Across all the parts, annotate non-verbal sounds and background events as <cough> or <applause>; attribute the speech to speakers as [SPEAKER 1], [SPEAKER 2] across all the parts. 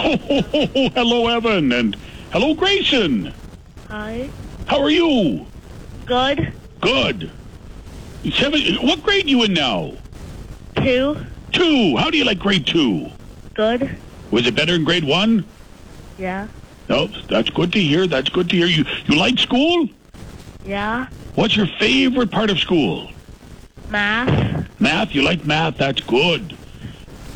[SPEAKER 1] Oh, hello, Evan, and hello, Grayson.
[SPEAKER 2] Hi.
[SPEAKER 1] How are you?
[SPEAKER 2] Good.
[SPEAKER 1] Good. Seven. What grade you in now?
[SPEAKER 2] Two.
[SPEAKER 1] Two. How do you like grade two?
[SPEAKER 2] Good.
[SPEAKER 1] Was it better in grade one?
[SPEAKER 2] Yeah.
[SPEAKER 1] No, that's good to hear. That's good to hear. You you like school?
[SPEAKER 2] Yeah.
[SPEAKER 1] What's your favorite part of school?
[SPEAKER 2] Math.
[SPEAKER 1] Math. You like math? That's good.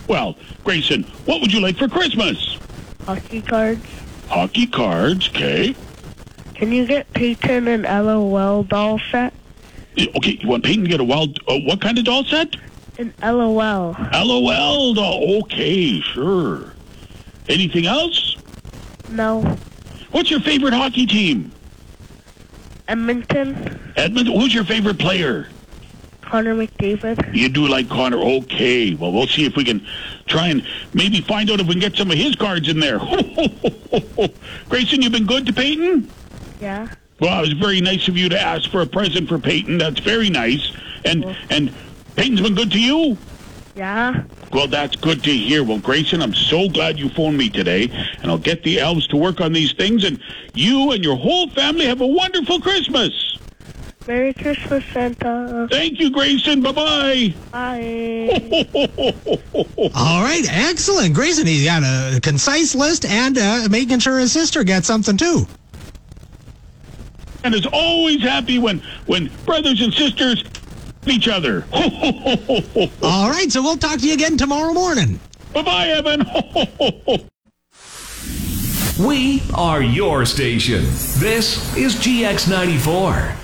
[SPEAKER 1] Well, Grayson, what would you like for Christmas?
[SPEAKER 2] Hockey cards.
[SPEAKER 1] Hockey cards, okay.
[SPEAKER 2] Can you get Peyton and LOL doll set?
[SPEAKER 1] Eh, Okay, you want Peyton to get a wild? Uh, what kind of doll set?
[SPEAKER 2] An LOL.
[SPEAKER 1] LOL doll. Okay, sure. Anything else?
[SPEAKER 2] No.
[SPEAKER 1] What's your favorite hockey team?
[SPEAKER 2] Edmonton.
[SPEAKER 1] Edmonton. Who's your favorite player?
[SPEAKER 2] Connor McDavid.
[SPEAKER 1] You do like Connor. Okay. Well, we'll see if we can try and maybe find out if we can get some of his cards in there. <laughs> Grayson, you've been good to Peyton?
[SPEAKER 2] Yeah.
[SPEAKER 1] Well, it was very nice of you to ask for a present for Peyton. That's very nice. And and Peyton's been good to you?
[SPEAKER 2] Yeah.
[SPEAKER 1] Well, that's good to hear. Well, Grayson, I'm so glad you phoned me today, and I'll get the elves to work on these things. And you and your whole family have a wonderful Christmas.
[SPEAKER 2] Merry Christmas, Santa.
[SPEAKER 1] Thank you, Grayson. Bye bye.
[SPEAKER 2] Bye.
[SPEAKER 3] All right, excellent. Grayson, he's got a concise list and uh, making sure his sister gets something too.
[SPEAKER 1] <laughs> and is always happy when when brothers and sisters each other. <laughs> bye
[SPEAKER 3] All right, so we'll talk to you again tomorrow morning.
[SPEAKER 1] bye, Evan. <laughs>
[SPEAKER 4] We are your station. This is GX94.